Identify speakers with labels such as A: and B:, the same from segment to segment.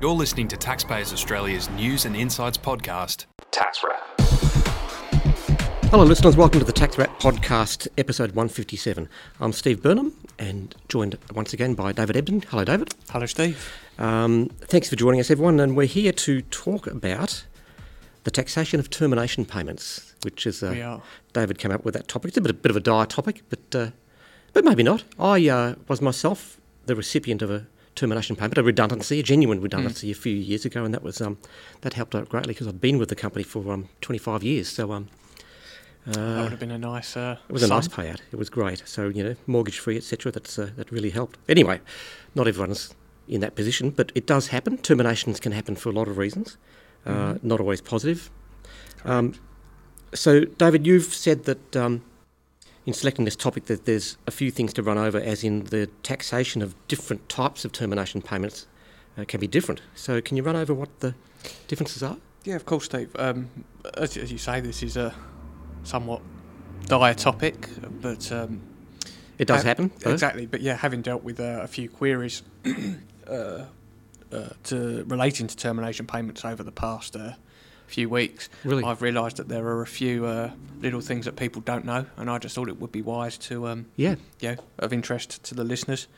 A: You're listening to Taxpayers Australia's News and Insights podcast.
B: Tax Wrap.
C: Hello, listeners. Welcome to the Tax Wrap Podcast, episode 157. I'm Steve Burnham and joined once again by David Ebden. Hello, David.
D: Hello, Steve.
C: Um, thanks for joining us, everyone. And we're here to talk about the taxation of termination payments, which is
D: We
C: uh,
D: are.
C: David came up with that topic. It's a bit, a bit of a dire topic, but uh, but maybe not. I uh, was myself the recipient of a termination payment, a redundancy, a
D: Hmm.
C: genuine redundancy, a few years ago, and that was um, that helped out greatly because I'd been with the company for um, 25 years. So um,
D: that would have been a nice. Uh,
C: It was a nice payout. It was great. So you know, mortgage free, etc. That's uh, that really helped. Anyway, not everyone's in that position, but it does happen. Terminations can happen for a lot of reasons, uh,
D: Mm-hmm.
C: not always positive. Um, so, David, you've said that um, in selecting this topic, that there's a few things to run over, as in the taxation of different types of termination payments uh, can be different. So, can you run over what the differences are?
D: Yeah, of course, Steve. Um, as, as you say, this is a somewhat dire topic, but um,
C: It does
D: Uh,
C: happen. though.
D: exactly. But yeah, having dealt with uh, a few queries uh, uh, to relating to termination payments over the past uh, few weeks,
C: Really?
D: I've realised that there are a few uh, little things that people don't know, and I just thought it would be wise to um,
C: Yeah.
D: you know, of interest to the listeners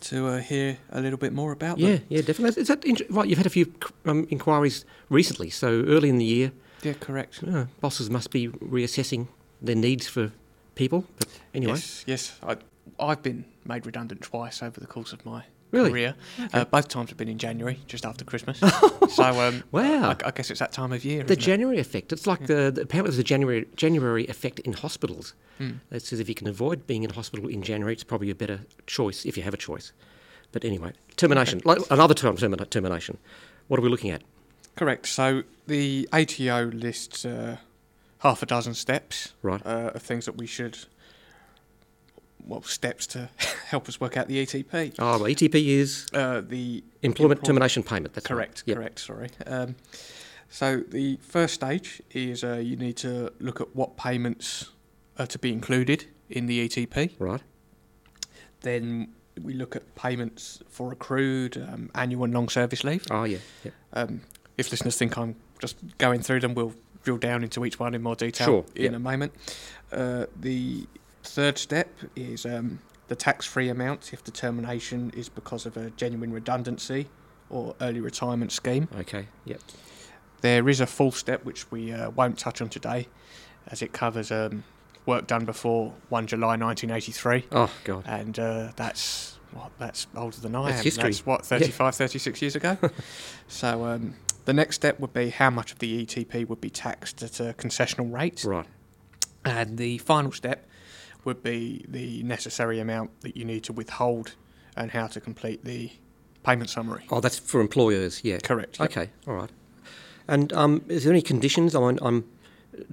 D: to uh, hear a little bit more about
C: Yeah,
D: them.
C: yeah, definitely. Is that inter- right? You've had a few um, inquiries recently, so early in the year,
D: Yeah, correct.
C: uh, bosses must be reassessing their needs for people. But anyway,
D: Yes, yes. I, I've been made redundant twice over the course of my
C: Really?
D: career. Uh, both times have been in January, just after Christmas. so, um,
C: Wow.
D: I, I guess it's that time of year.
C: the
D: isn't it?
C: January effect. It's like the, the apparently there's a January January effect in hospitals.
D: Hmm.
C: It says if you can avoid being in hospital in January, it's probably a better choice if you have a choice. But anyway, termination. Like another term, termina- termination. What are we looking at?
D: correct. So the ATO lists uh, half a dozen steps
C: Right.
D: uh, of things that we should, well, steps to help us work out the ETP.
C: Oh, well, ETP is
D: Uh, the
C: employment
D: Employ-
C: termination payment. That's right.
D: Correct,
C: Yep.
D: correct, sorry. Um, so the first stage is uh, you need to look at what payments are to be included in the ETP.
C: Right.
D: Then we look at payments for accrued um, annual and long service leave.
C: Oh yeah. Yep.
D: Um, if listeners think I'm just going through them, we'll drill down into each one in more detail
C: Sure,
D: in
C: yep.
D: a moment. Uh, the third step is um, the tax free amount if the termination is because of a genuine redundancy or early retirement scheme.
C: Okay. Yep.
D: There is a full step which we uh, won't touch on today, as it covers um, work done before 1 July 1983,
C: Oh God.
D: and uh, that's what that's older than I
C: That's
D: am.
C: history.
D: That's what 35, 36 years ago. so um, the next step would be how much of the ETP would be taxed at a concessional rate,
C: Right.
D: and the final step would be the necessary amount that you need to withhold and how to complete the payment summary.
C: Oh, that's for employers, yeah.
D: Correct, yep.
C: Okay, all right. And um, is there any conditions? I mean, um,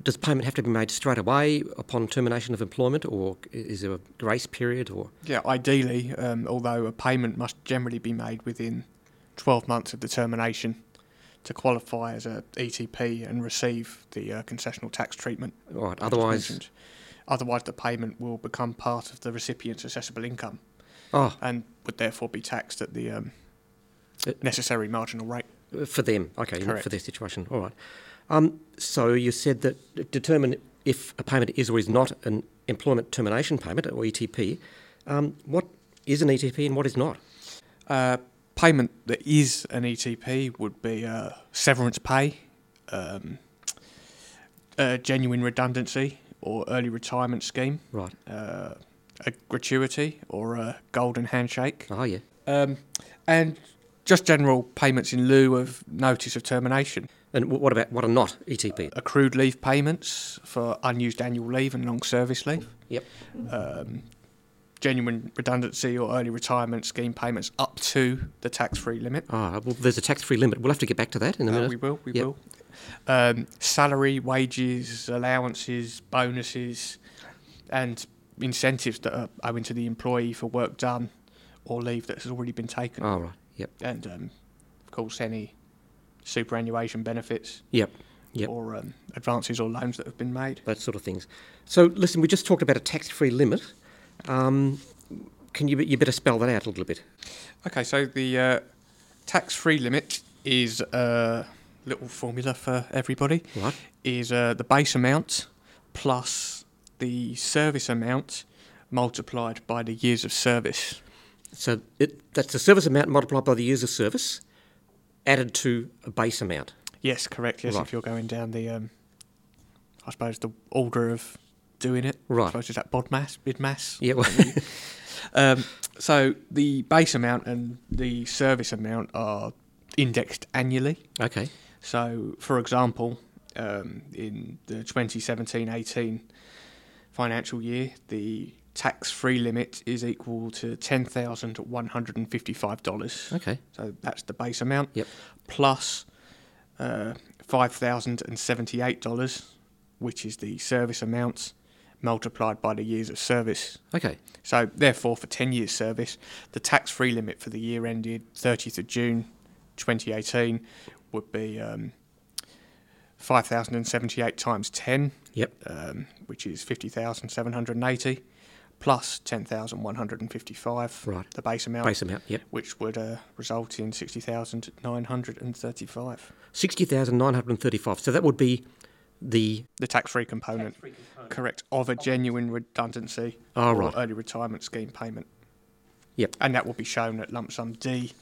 C: does payment have to be made straight away upon termination of employment, or i- is there a grace period? Or
D: Yeah, ideally, um, although a payment must generally be made within 12 months of the termination to qualify as a ETP and receive the uh, concessional tax treatment.
C: all right,
D: I just
C: otherwise,
D: mentioned. otherwise the payment will become part of the recipient's assessable income
C: oh,
D: and would therefore be taxed at the um,
C: Uh,
D: necessary marginal rate.
C: for them, okay, not for
D: Correct.
C: their situation. All right. Um, so you said that determine if a payment is or is not an employment termination payment or ETP. Um, what is an ETP and what is not?
D: Uh, payment that is an ETP would be uh, severance pay, um, uh, genuine redundancy, or early retirement scheme.
C: Right.
D: uh, a gratuity or a golden handshake.
C: Oh, yeah.
D: Um, and just general payments in lieu of notice of termination.
C: And wh- what about what are not E ETP?
D: Accrued leave payments for unused annual leave and long service leave.
C: Yep.
D: Um, genuine redundancy or early retirement scheme payments up to the tax free limit.
C: Ah, well, there's a tax-free limit. We'll have to get back to that in a
D: Uh,
C: minute.
D: we will, we
C: Yep.
D: will. Um, salary, wages, allowances, bonuses, and incentives that are owing to the employee for work done or leave that has already been taken.
C: Oh, right. Yep.
D: And, um, of course, any superannuation benefits
C: Yep. Yep.
D: or um, advances or loans that have been made.
C: That sort of things. So, listen, we just talked about a tax-free limit. Um, can you you better spell that out a little bit?
D: Okay, so the uh, tax free limit is a little formula for everybody
C: Right.
D: is uh, the base amount plus the service amount multiplied by the years of service.
C: So it, that's the service amount multiplied by the years of service, added to a base amount.
D: Yes, correct. Yes,
C: Right.
D: if you're going down the, um, I suppose the order of doing it. I
C: Right.
D: suppose is that bod mass, mid mass.
C: Yeah. Well,
D: Um, so the base amount and the service amount are indexed annually.
C: okay.
D: So, for example, um, in the 2017-18 financial year, the tax-free limit is equal to ten thousand one hundred and fifty-five dollars.
C: Okay.
D: So that's the base amount.
C: Yep.
D: Plus uh, five thousand and seventy-eight dollars, which is the service amount multiplied by the years of service.
C: Okay.
D: So, therefore, for 10 years' service, the tax free limit for the year ended 30th of June 2018 would be um, 5,078 times 10,
C: Yep.
D: um, which is 50,780, plus 10,155,
C: Right.
D: the base amount,
C: Base amount. Yep.
D: which would uh, result in 60,935,
C: Sixty thousand nine hundred thirty-five. So that would be the
D: the tax free component, correct, of a genuine redundancy
C: Oh,
D: or
C: right.
D: early retirement scheme payment.
C: yep.
D: and that will be shown at lump sum D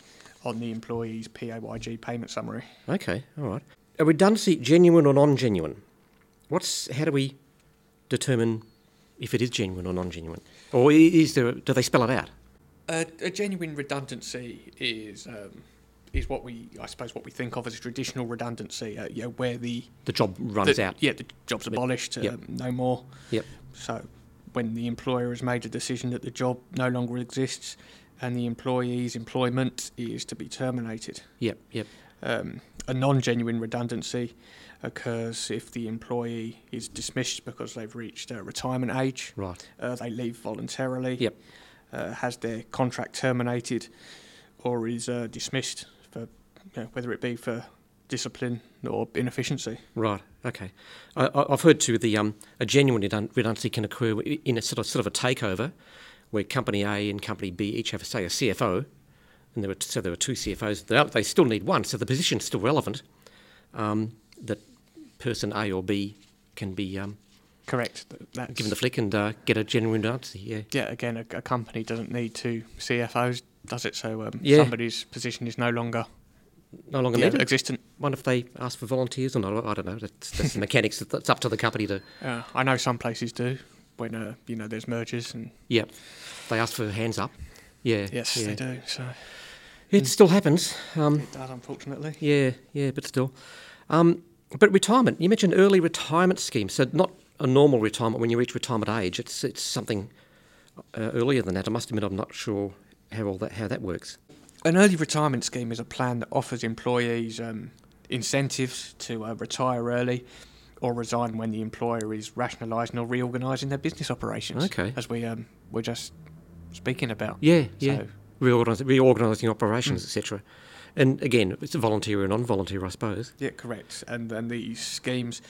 D: on the employee's PAYG payment summary.
C: Okay. All right. A redundancy, genuine or non-genuine. What's how do we determine if it is genuine or non-genuine, or i- is there? Do they spell it out?
D: A, a genuine redundancy is um, is what we, I suppose, what we think of as traditional redundancy, uh, you know, where the
C: The job runs
D: the-
C: out.
D: Yeah, the job's abolished,
C: Yep.
D: um, no more.
C: Yep.
D: So when the employer has made a decision that the job no longer exists and the employee's employment is to be terminated.
C: Yep. Yep.
D: Um, a non genuine redundancy occurs if the employee is dismissed because they've reached uh, retirement age,
C: Right.
D: uh, they leave voluntarily,
C: Yep.
D: uh, has their contract terminated, or is uh, dismissed for you know, whether it be for discipline or inefficiency.
C: Right. Okay. I, I- I've heard too the um, a genuine redun- redundancy can occur i- in a sort of sort of a takeover, where company A and company B each have say a CFO, and there were so there were two CFOs. They, they still need one, so the position's still relevant. Um, that person A or B can be um,
D: Correct. Th- That's,
C: given the flick and uh, get a genuine redundancy. Yeah.
D: yeah, again, a, a company doesn't need two CFOs, does it? So um,
C: Yeah.
D: somebody's position is no longer
C: No longer
D: yeah,
C: needed.
D: existent.
C: Wonder if they ask for volunteers or not. I don't know. That's, that's the mechanics. That's up to the company to.
D: Uh, I know some places do when uh, you know there's mergers and
C: Yeah. They ask for hands up. Yeah.
D: yes,
C: yeah.
D: they do. So
C: It still happens. Um,
D: it does, unfortunately.
C: Yeah, yeah, but still. Um, but retirement, you mentioned early retirement scheme. So not a normal retirement when you reach retirement age. It's it's something uh, earlier than that. I must admit, I'm not sure how all that how that works.
D: An early retirement scheme is a plan that offers employees um, incentives to uh, retire early or resign when the employer is rationalising or reorganising their business operations.
C: Okay.
D: As we um, were just speaking about.
C: Yeah, yeah. Mm.
D: So-
C: Reorganising, reorganising operations, etc. And again, it's voluntary or non-voluntary, I suppose.
D: Yeah, correct. And and these schemes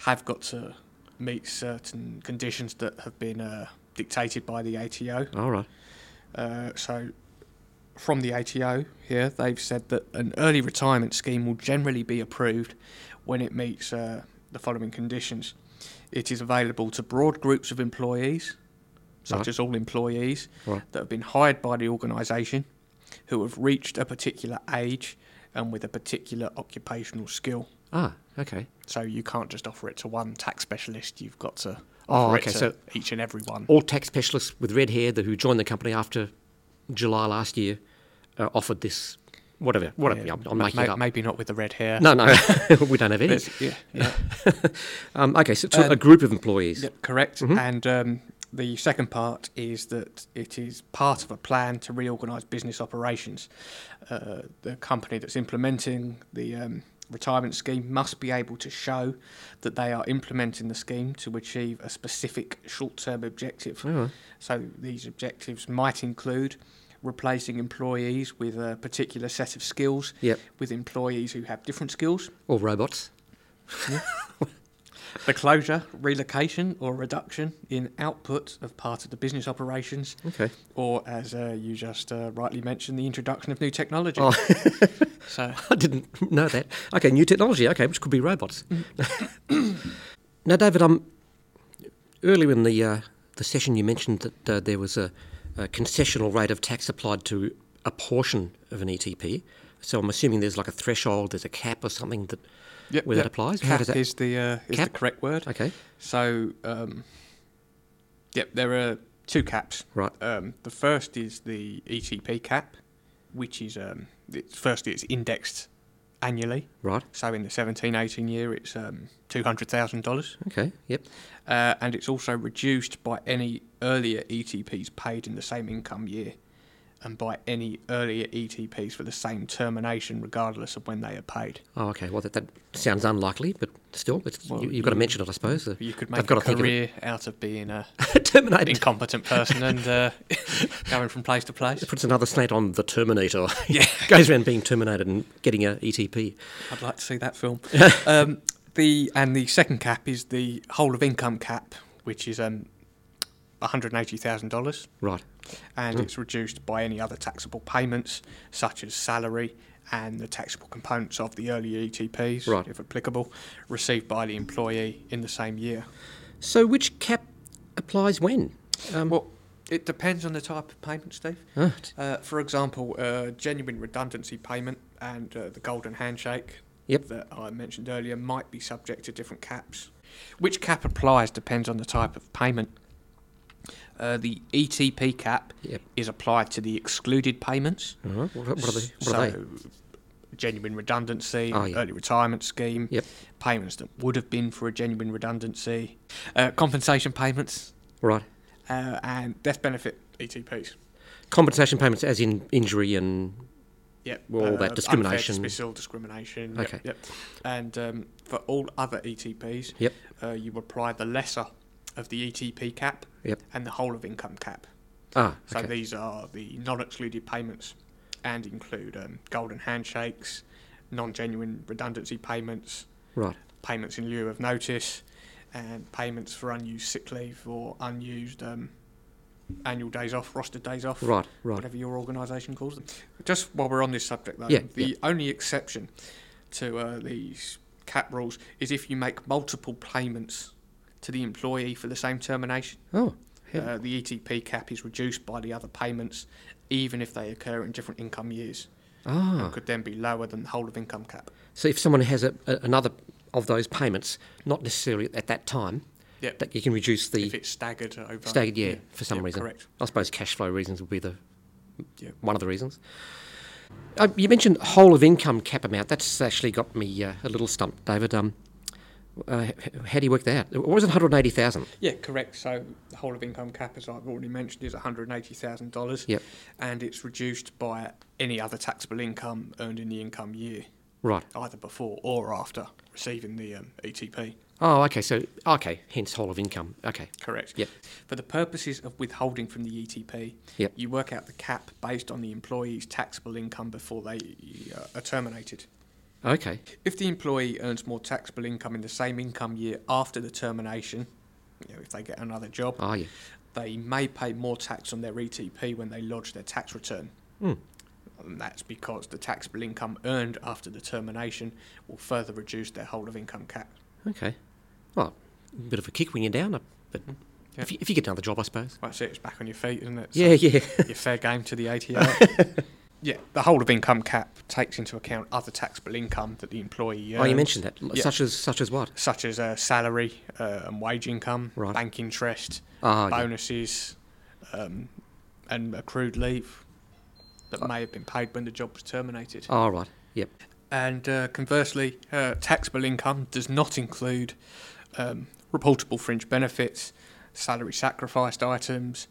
D: have got to meet certain conditions that have been uh, dictated by the ATO.
C: All right.
D: Uh, so, from the ATO here, they've said that an early retirement scheme will generally be approved when it meets uh, the following conditions. It is available to broad groups of employees, such
C: Right.
D: as all employees
C: Right.
D: that have been hired by the organisation, who have reached a particular age and with a particular occupational skill.
C: Ah, okay.
D: So you can't just offer it to one tax specialist. You've got to
C: Oh,
D: offer
C: okay,
D: it to
C: so-
D: each and every one.
C: All tax specialists with red hair that who joined the company after July last year uh, offered this. Whatever, whatever.
D: Yeah,
C: I'm, I'm
D: ma-
C: making it
D: ma-
C: up.
D: Maybe not with the red hair.
C: No, no, we don't have any.
D: It's- yeah, yeah.
C: Um, okay, so to
D: Um,
C: a group of employees.
D: Yep, correct. And um, the second part is that it is part of a plan to reorganise business operations. Uh, the company that's implementing the um, retirement scheme must be able to show that they are implementing the scheme to achieve a specific short term objective. So these objectives might include replacing employees with a particular set of skills
C: Yep.
D: with employees who have different skills.
C: Or robots.
D: the closure, relocation, or reduction in output of part of the business operations,
C: Okay.
D: or as uh, you just uh, rightly mentioned, the introduction of new technology.
C: Oh.
D: so,
C: I didn't know that. Okay, new technology. Okay, which could be robots. now, David, um, earlier in the uh, the session, you mentioned that uh, there was a, a concessional rate of tax applied to a portion of an ETP. So I'm assuming there's like a threshold, there's a cap or something that
D: yep,
C: where that
D: yep.
C: applies. How
D: Cap
C: does that?
D: is the uh, is
C: Cap?
D: the correct word.
C: okay,
D: So, um, yep, there are two caps.
C: right.
D: Um, the first is the ETP cap, which is um, it's, firstly it's indexed annually.
C: Right.
D: So in the 17-18 year, it's um, two hundred thousand dollars,
C: Okay. Yep.
D: uh, and it's also reduced by any earlier ETPs paid in the same income year, and by any earlier ETPs for the same termination, regardless of when they are paid.
C: Oh, okay. Well, that, that sounds unlikely, but still, it's,
D: Well,
C: you, you've got to
D: you-
C: mention it, I suppose. Uh,
D: You could
C: I've
D: make
C: gotta
D: a
C: think of it.
D: career out of being a
C: Terminator.
D: incompetent person and uh, going from place to place.
C: It puts another slant on the Terminator.
D: Yeah.
C: Goes around being terminated and getting a E ETP.
D: I'd like to see that film. um, the and the second cap is the whole of income cap, which is um, one hundred eighty thousand dollars,
C: Right.
D: and
C: Hmm.
D: it's reduced by any other taxable payments such as salary and the taxable components of the earlier ETPs,
C: Right.
D: if applicable, received by the employee in the same year.
C: So which cap applies when? Um,
D: Well, it depends on the type of payment, Steve.
C: ah, t-
D: Uh, for example, uh, genuine redundancy payment and uh, the golden handshake
C: Yep.
D: that I mentioned earlier might be subject to different caps. Which cap applies depends on the type of payment. Uh, the ETP cap
C: Yep.
D: is applied to the excluded payments.
C: uh-huh. What, what are they? What
D: so,
C: are they?
D: genuine redundancy,
C: Oh, yeah.
D: early retirement scheme,
C: Yep.
D: payments that would have been for a genuine redundancy, uh, compensation payments,
C: Right.
D: uh, and death benefit E ETPs.
C: Compensation payments, as in injury and
D: Yep. uh,
C: Well, all that
D: unfair
C: discrimination.
D: dismissal, discrimination. yep,
C: Okay.
D: Yep. And um, for all other ETPs,
C: Yep.
D: uh, you apply the lesser of the ETP cap
C: Yep.
D: and the whole of income cap.
C: ah.
D: So
C: Okay.
D: these are the non-excluded payments and include um, golden handshakes, non-genuine redundancy payments,
C: Right.
D: payments in lieu of notice, and payments for unused sick leave or unused um, annual days off, rostered days off
C: Right. Right.
D: whatever your organisation calls them. Just while we're on this subject, though,
C: Yeah,
D: the only exception to uh, these cap rules is if you make multiple payments to the employee for the same termination.
C: Oh. Yeah.
D: Uh, the ETP cap is reduced by the other payments, even if they occur in different income years.
C: ah.
D: Could then be lower than the whole of income cap.
C: So if someone has a, a, another of those payments, not necessarily at that time,
D: Yep.
C: that you can reduce
D: if
C: the
D: it's staggered over.
C: E staggered year for some
D: yeah,
C: reason.
D: Correct.
C: I suppose cash flow reasons would be the
D: Yeah.
C: one of the reasons. Uh, you mentioned whole of income cap amount. That's actually got me uh, a little stumped, David. Um, uh, h- h- how do you work that out? What was it, 180,000?
D: Yeah, correct. So the whole of income cap, as I've already mentioned, is $180,000.
C: Yep.
D: And it's reduced by any other taxable income earned in the income year,
C: Right.
D: either before or after receiving the um, ETP.
C: Oh, okay. So, okay. Hence whole of income. Okay.
D: Correct.
C: Yep.
D: For the purposes of withholding from the ETP,
C: Yep.
D: you work out the cap based on the employee's taxable income before they uh, are terminated.
C: Okay.
D: If the employee earns more taxable income in the same income year after the termination, you know, if they get another job,
C: Oh, yeah.
D: they may pay more tax on their ETP when they lodge their tax return.
C: Hmm.
D: And that's because the taxable income earned after the termination will further reduce their whole of income cap.
C: Okay. Well, bit of a kick when you're down, uh, but
D: Yeah.
C: if, you, if you get another job, I suppose.
D: That's it, it's back on your feet, isn't it? So
C: Yeah, yeah.
D: You're fair game to the ATO. yeah, the whole of income cap takes into account other taxable income that the employee earns.
C: Oh, you mentioned that. L-
D: Yeah.
C: Such as such as what?
D: Such as uh, salary uh, and wage income,
C: Right.
D: bank interest,
C: Oh, yeah.
D: bonuses, um, and accrued leave
C: Uh,
D: that may have been paid when the job was terminated.
C: Oh, right. Yep.
D: And uh, conversely, uh, taxable income does not include um, reportable fringe benefits, salary sacrificed items,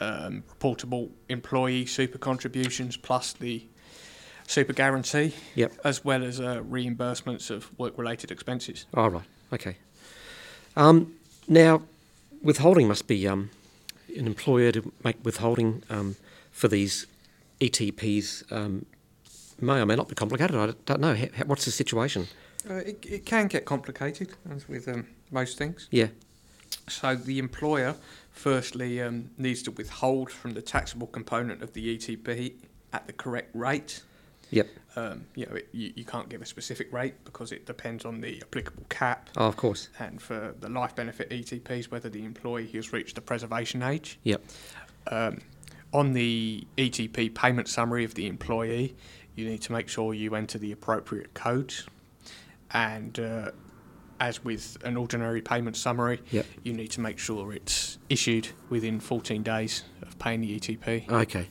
D: um, reportable employee super contributions, plus the super guarantee,
C: Yep.
D: as well as uh, reimbursements of work related expenses.
C: All right. Okay. Um, now, withholding must be um, an employer to make withholding um, for these E ETPs um, may or may not be complicated. I don't know. How, how- what's the situation?
D: Uh, it, it can get complicated, as with um, most things.
C: Yeah.
D: So the employer, firstly, um, needs to withhold from the taxable component of the ETP at the correct rate.
C: Yep.
D: Um, you know, it, you, you can't give a specific rate because it depends on the applicable cap
C: Oh, of course.
D: and for the life benefit ETPs whether the employee has reached the preservation age.
C: Yep.
D: Um, on the ETP payment summary of the employee, you need to make sure you enter the appropriate codes. And uh, as with an ordinary payment summary,
C: Yep.
D: you need to make sure it's issued within 14 days of paying the E ETP.
C: Okay.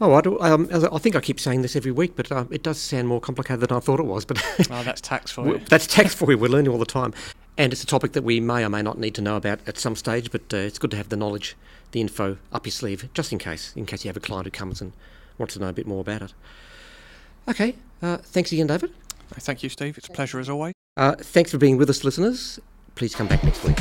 C: Oh, I, do, um, as I I think I keep saying this every week, but um, it does sound more complicated than I thought it was. But
D: oh, that's tax for
C: we-
D: you.
C: that's tax for you. We're learning all the time, and it's a topic that we may or may not need to know about at some stage. But uh, it's good to have the knowledge, the info up your sleeve, just in case, in case you have a client who comes and wants to know a bit more about it. Okay. Uh, thanks again, David.
D: Thank you, Steve. It's a pleasure as always.
C: Uh, thanks for being with us, listeners. Please come back next week.